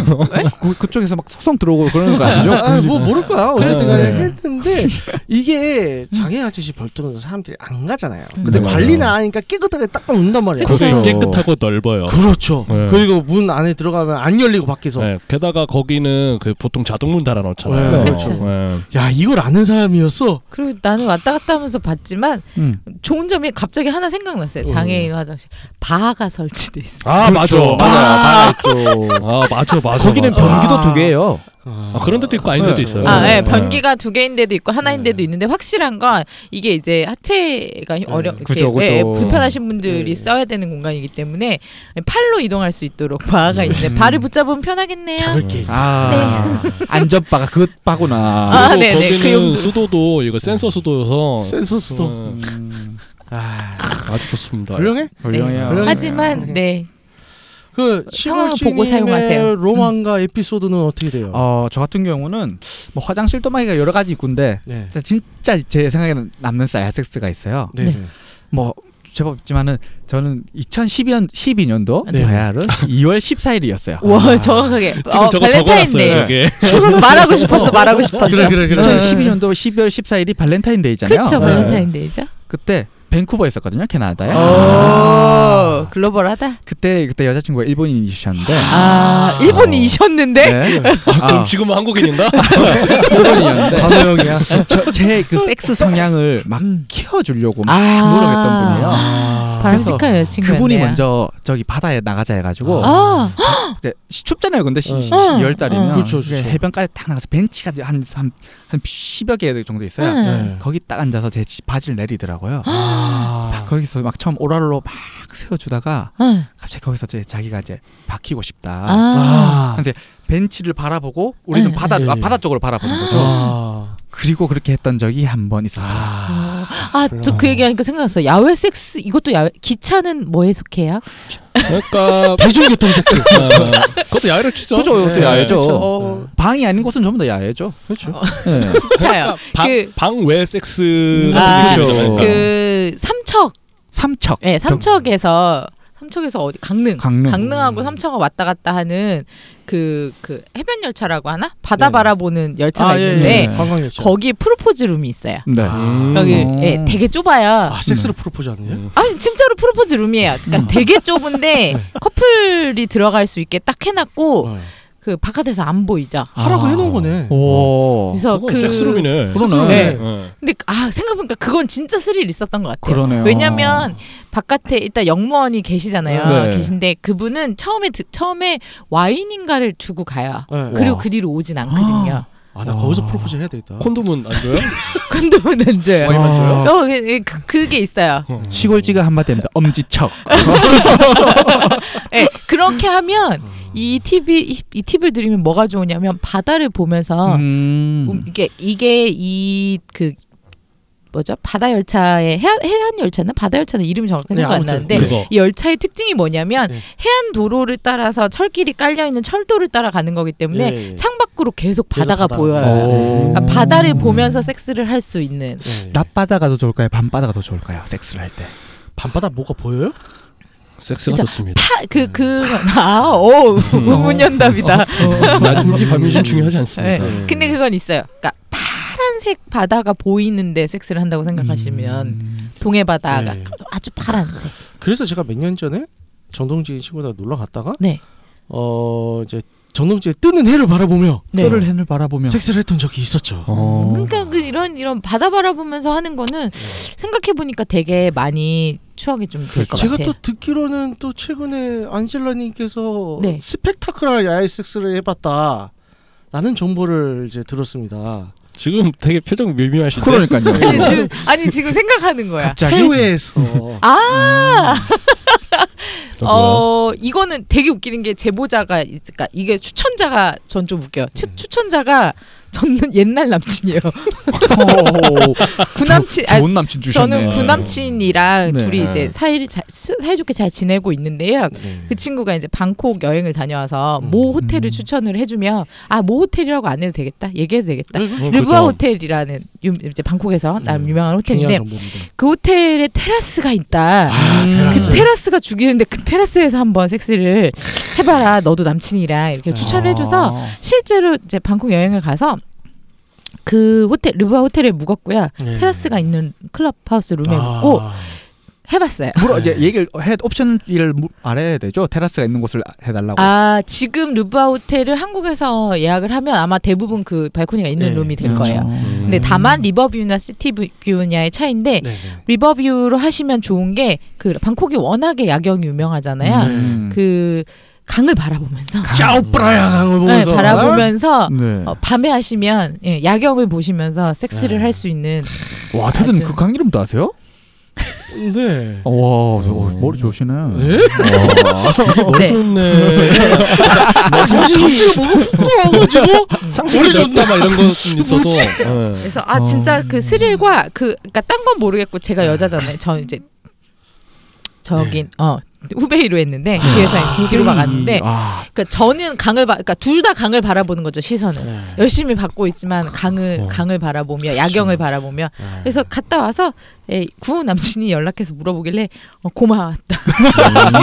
S4: 그, 그쪽에서 막 소송 들어오고 그러는 거 아니죠?
S2: 아, 뭐 모를 거야. 어쨌든 간에
S5: 네.
S2: 했는데 이게 장애 아저씨 별도는 사람들이 안 가잖아요.
S3: 음.
S2: 근데
S5: 네,
S2: 관리나 하니까 깨끗하게 닦아 온단 말이에요.
S3: 그쵸.
S5: 거기 그렇죠. 깨끗하고 넓어요.
S2: 그렇죠.
S5: 네.
S2: 그리고 문 안에 들어가면 안 열리고 밖에서
S5: 네, 게다가 거기는 그 보통 자동문 달아 놓잖아요.
S2: 네,
S3: 그쵸.
S5: 네.
S2: 야 이걸 아는 사람이었어.
S3: 그리고 나는 왔다 갔다 하면서 봤지만
S4: 음.
S3: 좋은 점이 갑자기 하나 생각났어요. 장애인 화장실. 바가 설치돼 있어.
S5: 아
S4: 그렇죠.
S5: 맞아
S4: 아.
S5: 맞아 아 맞아 맞아
S4: 거기는
S5: 맞아.
S4: 변기도
S2: 아.
S4: 두 개예요.
S5: 아, 그런 데도 있고 아닌
S4: 네.
S5: 데도 있어요.
S3: 아, 예,
S5: 네.
S3: 변기가 두 개인데도 있고 하나인데도 있는데 확실한 건 이게 이제 하체가 어려 이렇게
S4: 그죠, 그죠.
S3: 예, 예, 불편하신 분들이
S2: 음.
S3: 써야 되는 공간이기 때문에 팔로 이동할 수 있도록 바가 있는데 발을 붙잡으면 편하겠네요.
S2: 작을게.
S4: 아 안전바가 그 바구나.
S3: 아,
S5: 그리고
S3: 네네, 그
S5: 거기는
S3: 용도로.
S5: 수도도 이거 센서 수도여서
S2: 센서스도
S5: 음,
S2: 아,
S5: 아주 좋습니다.
S2: 훌륭해?
S4: 훌륭해요.
S2: 훌륭해요.
S3: 하지만 네.
S2: 그
S3: 상황을
S2: 10월
S3: 보고
S2: 보고
S3: 사용하세요.
S2: 사용하세요. 로망과 에피소드는 어떻게 돼요?
S4: 어, 저 같은 경우는 뭐 화장실 도마기가 여러 가지 있군데
S2: 네.
S4: 일단 진짜 제 생각에는 남는 사이아섹스가 있어요.
S2: 네.
S3: 네.
S2: 네.
S4: 뭐 제법 있지만은 저는 2012년 12년도
S2: 네.
S4: 바야흐 2월 14일이었어요.
S3: 와 정확하게
S5: 지금
S3: 어,
S5: 저거
S3: 발렌타인데이. 네.
S5: 적어놨어요 저게.
S3: 말하고 싶었어 말하고 싶었어.
S2: 그래 그래 그래.
S4: 2012년도 12월 14일이 발렌타인데이잖아요.
S3: 그쵸 뭐.
S5: 네.
S3: 발렌타인데이죠.
S4: 그때 밴쿠버에 있었거든요, 캐나다에.
S3: 어. 오 글로벌하다.
S4: 그때 그때 여자친구가 일본인이셨는데.
S3: 아 일본이셨는데
S4: 네.
S5: 아, 그럼
S4: 아.
S5: 지금은 한국인인가?
S4: 일본인이었는데.
S2: 단어형이야.
S4: 제그 섹스 성향을 막
S3: 음.
S4: 키워주려고 막
S3: 아.
S4: 노력했던 분이에요.
S3: 바람직한 여자친구였네요.
S4: 그분이 먼저 저기 바다에 나가자 해가지고
S3: 아
S4: 이제 시- 춥잖아요. 근데 시,
S5: 어.
S4: 시, 시,
S3: 어.
S4: 열 달이면
S2: 어. 그쵸, 그쵸.
S4: 해변가에 딱 나가서 벤치가 한한 한, 한 10여 개 정도 있어요.
S3: 응.
S2: 네.
S4: 거기 딱 앉아서 제 지- 바지를 내리더라고요. 막 거기서 막 처음 오랄로 막 세워주다가
S3: 응.
S4: 갑자기 거기서 제 자기가 이제 박히고 싶다.
S3: 아.
S2: 아.
S4: 벤치를 바라보고 우리는
S3: 네.
S4: 바다
S2: 네.
S4: 아, 바다 쪽으로 바라보는 거죠.
S2: 아.
S4: 그리고 그렇게 했던 적이 한 번 있었어요.
S3: 아 저 그 얘기하니까 생각났어. 야외 섹스 이것도 야외 기차는 뭐에 속해요?
S5: 그러니까
S2: 대중교통 섹스.
S5: 어, 그것도 야외로 치죠.
S4: 그죠, 그것도
S5: 네.
S4: 야외죠.
S5: 그렇죠.
S3: 어,
S4: 방이 아닌 곳은 전부 다 야외죠.
S2: 그렇죠.
S4: 네.
S3: 기차요. 그-
S5: 방방외 섹스
S3: 아,
S5: 같은 느낌이잖아요.
S4: 그렇죠.
S5: 음, 그러니까.
S3: 그 삼척,
S4: 삼척.
S3: 예, 삼척에서 삼척에서 어디 강릉,
S4: 강릉.
S3: 하고 삼척을 왔다 갔다 하는 그 그 해변 열차라고 하나 바다
S2: 네네.
S3: 바라보는 열차가
S2: 아, 예,
S3: 있는데
S2: 예.
S4: 네.
S2: 관광열차.
S3: 거기에 프로포즈 룸이 있어요.
S4: 네.
S5: 음.
S3: 여기
S4: 음.
S3: 예, 되게 좁아요.
S2: 아, 섹스를 프로포즈 하는 요
S5: 음.
S3: 아니 진짜로 프로포즈 룸이에요. 그러니까 되게 좁은데 커플이 들어갈 수 있게 딱 해놨고 그 바깥에서 안 보이죠.
S2: 어. 하라고
S4: 아.
S2: 해놓은 거네.
S4: 오.
S3: 그래서
S5: 어, 그건
S3: 그
S5: 섹스룸이네.
S4: 그러네.
S3: 네.
S5: 네.
S3: 근데 아 생각해보니까 그건 진짜 스릴 있었던 것 같아요.
S4: 그러네요.
S3: 왜냐면 바깥에 일단 영무원이 계시잖아요.
S4: 네.
S3: 계신데 그분은 처음에 드- 처음에 와인인가를 주고 가요.
S2: 네.
S3: 그리고
S4: 와.
S3: 그 뒤로 오진 않거든요.
S2: 아, 나
S4: 와.
S2: 거기서 프로포즈 해야 되겠다.
S5: 콘돔은 안 줘요?
S3: 근데 왜 언제?
S5: 와인 안 줘요?
S3: 어, 그- 그- 그, 그게 있어요.
S4: 시골지가 한마디입니다. 엄지척.
S3: 예, 그렇게 하면 이 팁이 이, 이 팁을 드리면 뭐가 좋으냐면 바다를 보면서
S4: 음.
S3: 음, 이게 이게 이 그 뭐죠? 바다 열차의 해안, 해안 열차는 바다 열차는 이름이 정확하게
S2: 네,
S3: 생각 안
S2: 아무튼.
S3: 나는데
S5: 그거.
S3: 이 열차의 특징이 뭐냐면
S2: 네.
S3: 해안 도로를 따라서 철길이 깔려 있는 철도를 따라 가는 거기 때문에
S2: 예, 예.
S3: 창 밖으로 계속 바다가
S2: 바다가.
S3: 보여요.
S4: 오.
S3: 그러니까 바다를 보면서
S4: 음.
S3: 섹스를 할 수 있는
S2: 네.
S4: 낮바다가 더 좋을까요? 밤바다가 더 좋을까요? 섹스를 할 때.
S2: 밤바다 뭐가 보여요?
S5: 섹스가
S3: 진짜
S5: 좋습니다.
S3: 그, 파그그아오 우문연답이다.
S5: 어, 낮인지 밤인지 중요하지 않습니다.
S2: 네.
S3: 근데 그건 있어요. 그러니까 파란색 바다가 보이는데 섹스를 한다고 생각하시면
S4: 음.
S3: 동해 바다가
S2: 네.
S3: 아주 파란색.
S2: 그래서 제가 몇 년 전에 정동진 친구랑 놀러 갔다가
S3: 네.
S2: 어 이제 정동진의 뜨는 해를 바라보며
S3: 네.
S4: 떠를 해늘 바라보면
S2: 섹스를 했던 적이 있었죠.
S5: 어.
S3: 그러니까 그 이런 이런 바다 바라보면서 하는 거는 생각해 보니까 되게 많이 추억이 좀 될 것
S4: 그렇죠.
S2: 제가
S3: 그러니까 같아요.
S2: 또 듣기로는 또 최근에 안젤라님께서
S3: 네.
S2: 스펙타클한 야외 섹스를 해봤다. 라는 정보를 이제 들었습니다.
S5: 지금 되게 표정 어, 미묘하신데.
S4: 그러니까요.
S3: 아니 지금, 아니 지금 생각하는 거야.
S4: 갑자기 음.
S2: 해외에서
S3: 아,
S5: 저도요.
S3: 어 이거는 되게 웃기는 게 제보자가 있을까? 그러니까 이게 추천자가 전 좀 웃겨요. 추,
S4: 음.
S3: 추천자가 저는 옛날 남친이에요.
S4: 오,
S3: 구남친.
S4: 좋은 남친 주셨네.
S3: 아, 저는 구남친이랑
S4: 네.
S3: 둘이 이제 사이를 잘, 수- 사이좋게 잘 지내고 있는데요.
S2: 네.
S3: 그 친구가 이제 방콕 여행을 다녀와서 모 호텔을
S4: 음.
S3: 추천을 해주면 아 모 호텔이라고 안 해도 되겠다 얘기해도 되겠다
S5: 어,
S3: 르브아
S5: 그죠.
S3: 호텔이라는 유, 이제 방콕에서 남
S2: 음.
S3: 유명한 호텔인데
S2: 중요한 정보입니다. 아, 음,
S3: 그 호텔에 테라스가 있다 그
S2: 테라스.
S3: 테라스가 죽이는데 그 테라스에서 한번 섹스를 해봐라 너도 남친이랑 이렇게
S2: 아.
S4: 아.
S3: 추천을 해줘서 실제로 이제 방콕 여행을 가서 그 호텔 르브아 호텔에 묵었고요
S2: 네.
S3: 테라스가 있는 클럽 하우스 룸에
S2: 아.
S3: 묵고 해봤어요.
S4: 물어 이제 얘기를 해 옵션 을 알아야 되죠. 테라스가 있는 곳을 해달라고.
S3: 아 지금 루브아 호텔을 한국에서 예약을 하면 아마 대부분 그 발코니가 있는
S2: 네,
S3: 룸이 될
S4: 그렇죠.
S3: 거예요.
S5: 음.
S3: 근데 다만 리버뷰나 시티뷰냐의 차이인데 리버뷰로 하시면 좋은 게 그 방콕이 워낙에 야경이 그 유명하잖아요.
S4: 음.
S3: 그 강을 바라보면서
S2: 짜오브라야 강을
S3: 네,
S2: 보면서
S3: 바라보면서
S4: 네.
S3: 어, 밤에 하시면 예, 야경을 보면서 섹스를
S5: 네.
S3: 할 수 있는
S4: 와, 테드는
S3: 아주-
S4: 그 강 이름도 아세요? 어,
S2: 네.
S4: 와, 저
S5: 음.
S4: 머리 좋으시네. 어,
S2: 네?
S5: 이게
S3: 네.
S5: 머리 좋네.
S2: 아, 사실 뭐가 훅더라고 지금.
S5: 상식이 넓다 막 이런 것은
S3: 뭐,
S5: 있어도 예.
S3: 그래서 아 진짜 그 스릴과 그 그러니까 딴 건 모르겠고
S5: 네.
S3: 제가 여자잖아요. 저 이제 저긴 어 후베이로 했는데 그 뒤에서 뒤로 막았는데
S4: 아,
S3: 그러니까 저는 강을 바, 그러니까 둘 다 강을 바라보는 거죠 시선을 열심히 받고 있지만 강을
S5: 네. 어. 그렇죠. 네.
S3: 강을 바라보며 야경을 바라보며 그래서 갔다 와서 예, 구우 남친이 연락해서 물어보길래 어, 고마웠다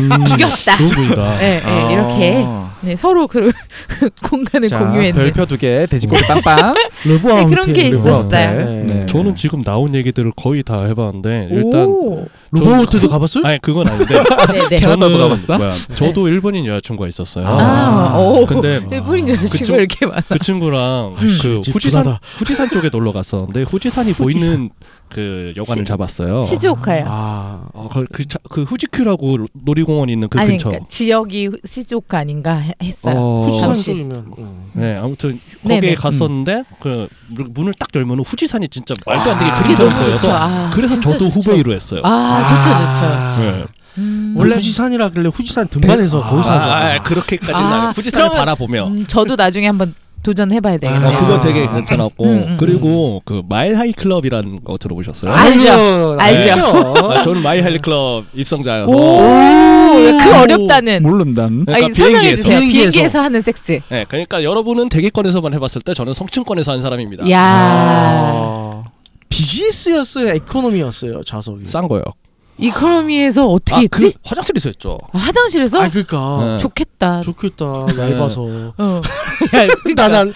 S5: 음,
S3: 죽였다.
S5: 좋은 분이다.
S3: 예, 예,
S4: 아.
S3: 이렇게 네, 서로 그 공간을
S4: 자,
S3: 공유했는데
S4: 별표 두개 돼지고기 빵빵.
S2: 르브아
S3: 네, 그런 게
S2: 호텔, 르브아
S3: 있었어요.
S2: 호텔. 네.
S4: 네.
S5: 저는 지금 나온 얘기들을 거의 다 해봤는데 일단
S3: 오,
S2: 르브아
S5: 저는-
S2: 호텔도 가봤어요?
S5: 아니 그건 아닌데
S3: 네네.
S5: 저는
S4: 가봤어?
S5: 뭐야, 저도 일본인 여자친구가 있었어요.
S3: 아,
S4: 아,
S3: 오.
S5: 근데
S3: 일본인 여자친구
S5: 그쵸?
S3: 이렇게 많아.
S5: 그 친구랑 그
S2: 집
S5: 후지산
S2: 주사다.
S5: 후지산 쪽에 놀러 갔었는데 후지산이 보이는 그 여관을 잡았어요.
S3: 시즈오카요.
S2: 아.
S5: 어, 그, 그, 차- 그 후지큐라고 놀이공원 있는 그
S3: 아니
S5: 근처.
S3: 그러니까 지역이 시즈오카 아닌가 해- 했어요.
S4: 어.
S2: 후지산
S3: 잠시.
S2: 쪽이면. 음.
S5: 네, 아무튼 거기에
S3: 네네. 음.
S5: 갔었는데 그 문을 딱 열면 후지산이 진짜 말도 안 되게
S3: 아, 그게
S5: 그림처럼
S3: 너무 좋죠.
S5: 보여서
S3: 아,
S5: 그래서
S3: 진짜
S5: 저도
S3: 좋죠.
S5: 후베이로 했어요.
S3: 아, 좋죠, 좋죠.
S5: 네.
S3: 음.
S2: 원래 후지산이라길래 후지산 등반에서 거기서
S5: 아,
S2: 네. 하잖아.
S5: 아, 그렇게까지는
S3: 아,
S5: 아니고 후지산을
S3: 그러면-
S5: 바라보며
S3: 음, 저도 나중에 한번 도전해봐야 되겠네요.
S5: 어, 그거 되게 괜찮았고
S3: 음, 음,
S5: 그리고 그 마일하이 클럽이라는 거 들어보셨어요?
S2: 네.
S3: 아, 알죠.
S5: 알죠.
S2: 알죠.
S5: 아, 저는 마일하이 클럽 입성자여서
S3: 오, 그 어렵다는.
S4: 모른단.
S5: 그러니까
S3: 아니, 설명해
S5: 비행기에서.
S3: 주세요. 비행기에서.
S2: 비행기에서
S3: 하는 섹스.
S5: 네, 그러니까 여러분은 대기권에서만 해봤을 때 저는 성층권에서 한 사람입니다.
S3: 야,
S2: 아.
S5: 아.
S2: 비즈니스였어요, 에코노미였어요, 좌석이.
S5: 싼 거요.
S3: 이코노미에서 어떻게
S5: 아, 그
S3: 했지?
S5: 화장실에서 했죠.
S3: 아, 화장실에서
S2: 아, 그니까.
S5: 네.
S3: 좋겠다.
S2: 좋겠다, 얇아서.
S3: 어.
S2: 난안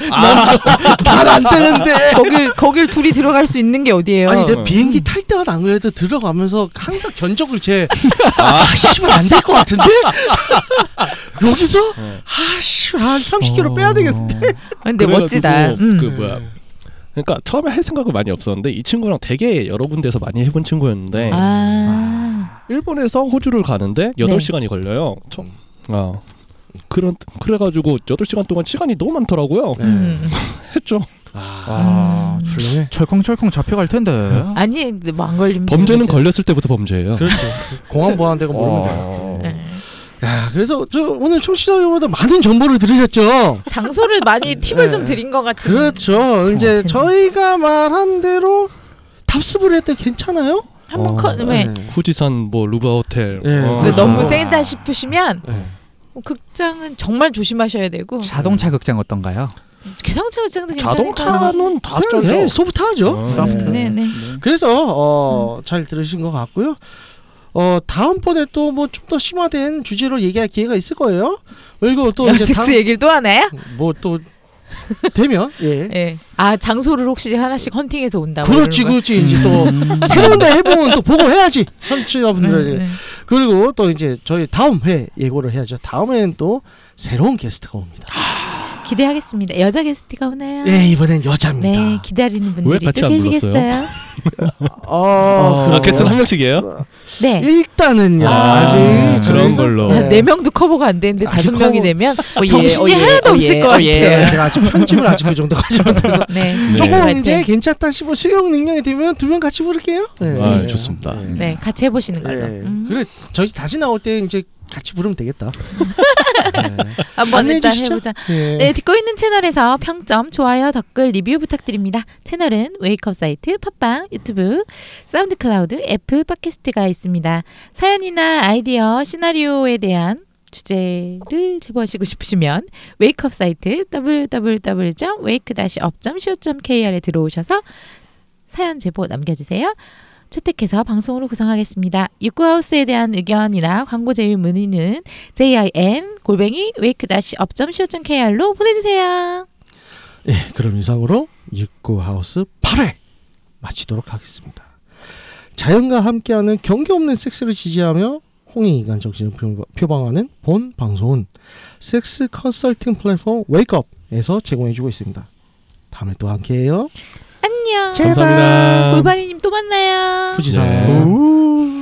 S2: 난안 되는데.
S3: 거길 거길 둘이 들어갈 수 있는 게 어디예요?
S2: 아니 음.
S5: 어.
S2: 내 비행기 탈 때마다 안 그래도 들어가면서 항상 견적을 제 아, 씨발 안 될 것 같은데? 여기서?
S5: 네.
S2: 아, 씨발 한
S4: 아.
S2: 30kg 빼야 되겠는데? 네.
S3: 근데
S5: 그래가지고
S3: 멋지다. 음.
S5: 그 뭐야. 그러니까 처음에 할 생각은 많이 없었는데 이 친구랑 되게 여러 군데서 많이 해본 친구였는데
S3: 아,
S5: 일본에서 호주를 가는데
S3: 네.
S5: 8시간이 걸려요. 처- 아. 그런 그래가지고 8시간 동안 시간이 너무 많더라고요.
S2: 네.
S3: 음.
S5: 했죠.
S4: 아,
S2: 훌륭해.
S4: 철컹철컹 잡혀갈 텐데.
S3: 아니 뭐 안 걸리면
S5: 범죄는
S3: 되겠죠.
S5: 걸렸을 때부터 범죄예요.
S2: 그렇죠. 공항 보안대가 모르면 돼.
S5: 어.
S3: 네.
S2: 야, 그래서 저 오늘 청취자 여러분들 많은 정보를 들으셨죠?
S3: 장소를 많이 팁을 좀 드린 것 같은.
S2: 그렇죠. 이제
S3: 같아요.
S2: 저희가 말한 대로 답습을 해도 괜찮아요?
S3: 한번
S5: 어,
S3: 커. 네.
S5: 후지산 뭐 루바 호텔.
S2: 네.
S5: 어.
S3: 근데 너무
S2: 그렇죠.
S3: 세다 싶으시면
S2: 네.
S3: 뭐 극장은 정말 조심하셔야 되고
S4: 자동차 극장 어떤가요?
S3: 개성층 극장도 괜찮을까?
S5: 자동차는 다
S2: 그냥, 네, 소프트하죠.
S5: 어.
S4: 소프트.
S3: 네, 네.
S2: 그래서
S3: 음.
S2: 어, 잘 들으신 것 같고요. 어 다음번에 또 뭐 좀 더 심화된 주제로 얘기할 기회가 있을 거예요. 그리고 또 이제
S3: 섹스 얘기를 또 하나요?
S2: 뭐또 되면 예.
S3: 예. 아 장소를 혹시 하나씩 헌팅해서 온다고.
S2: 그렇지
S3: 이러는
S2: 그렇지 이제 또
S4: 음.
S2: 새로운 데 해보면 또 보고 해야지
S3: 거예요?
S2: 선취자분들
S3: 네,
S2: 에
S3: 네.
S2: 그리고 또 이제 저희 다음 회 예고를 해야죠. 다음에는 또 새로운 게스트가 옵니다.
S3: 기대하겠습니다. 여자 게스트가 오나요?
S2: 예 이번엔 여자입니다.
S3: 아. 네, 기다리는
S5: 왜
S3: 분들이
S5: 같이
S3: 또
S5: 안
S3: 계시겠어요?
S2: 어,
S5: 아,
S2: 그-
S5: 개수는 한 명씩이에요?
S3: 네.
S2: 일단은요
S5: 아,
S2: 아직
S5: 그런
S2: 저희가-
S5: 걸로.
S2: 네.
S3: 아, 네 명도 커버가 안 되는데
S2: 아직
S3: 다섯 명이
S2: 커버-
S3: 되면
S4: 예,
S3: 정신이
S4: 어 예,
S3: 하나도
S4: 어
S3: 없을
S4: 예,
S3: 것
S4: 어
S3: 같아요.
S2: 예,
S4: 예.
S2: 제가 아직 편집을 아직 그 정도까지 못해서
S3: 네.
S5: 네.
S2: 조금
S3: 할
S2: 이제
S3: 때.
S2: 괜찮다 싶어 수용 능력이 되면 두 명 같이 부를게요. 네.
S5: 아, 좋습니다.
S3: 네, 같이 해보시는
S2: 예.
S3: 걸로. 음.
S2: 그래 저희 다시 나올 때 이제 같이 부르면 되겠다.
S3: 한번
S2: 안내해
S3: 일단
S2: 주시죠.
S3: 해보자.
S2: 예.
S3: 네, 듣고 있는 채널에서 평점, 좋아요, 댓글, 리뷰 부탁드립니다. 채널은 웨이크업 사이트, 팟빵, 유튜브, 사운드 클라우드, 애플 팟캐스트가 있습니다. 사연이나 아이디어, 시나리오에 대한 주제를 제보하시고 싶으시면 웨이크업 사이트 www.wake-up.co.kr에 들어오셔서 사연 제보 남겨주세요. 채택해서 방송으로 구성하겠습니다. 육구하우스에 대한 의견이나 광고 제휴 문의는 jim 골뱅이 wake-up.co.kr로 보내주세요.
S2: 예, 그럼 이상으로 육구 하우스 8회 마치도록 하겠습니다. 자연과 함께하는 경계 없는 섹스를 지지하며 홍익인간 정신을 표- 표방하는 본 방송은 섹스 컨설팅 플랫폼 웨이크업에서 제공해주고 있습니다. 다음에 또 함께해요.
S3: 안녕.
S5: 감사합니다.
S3: 골반이님 또 만나요.
S2: 후지산.
S5: 예.
S4: 우.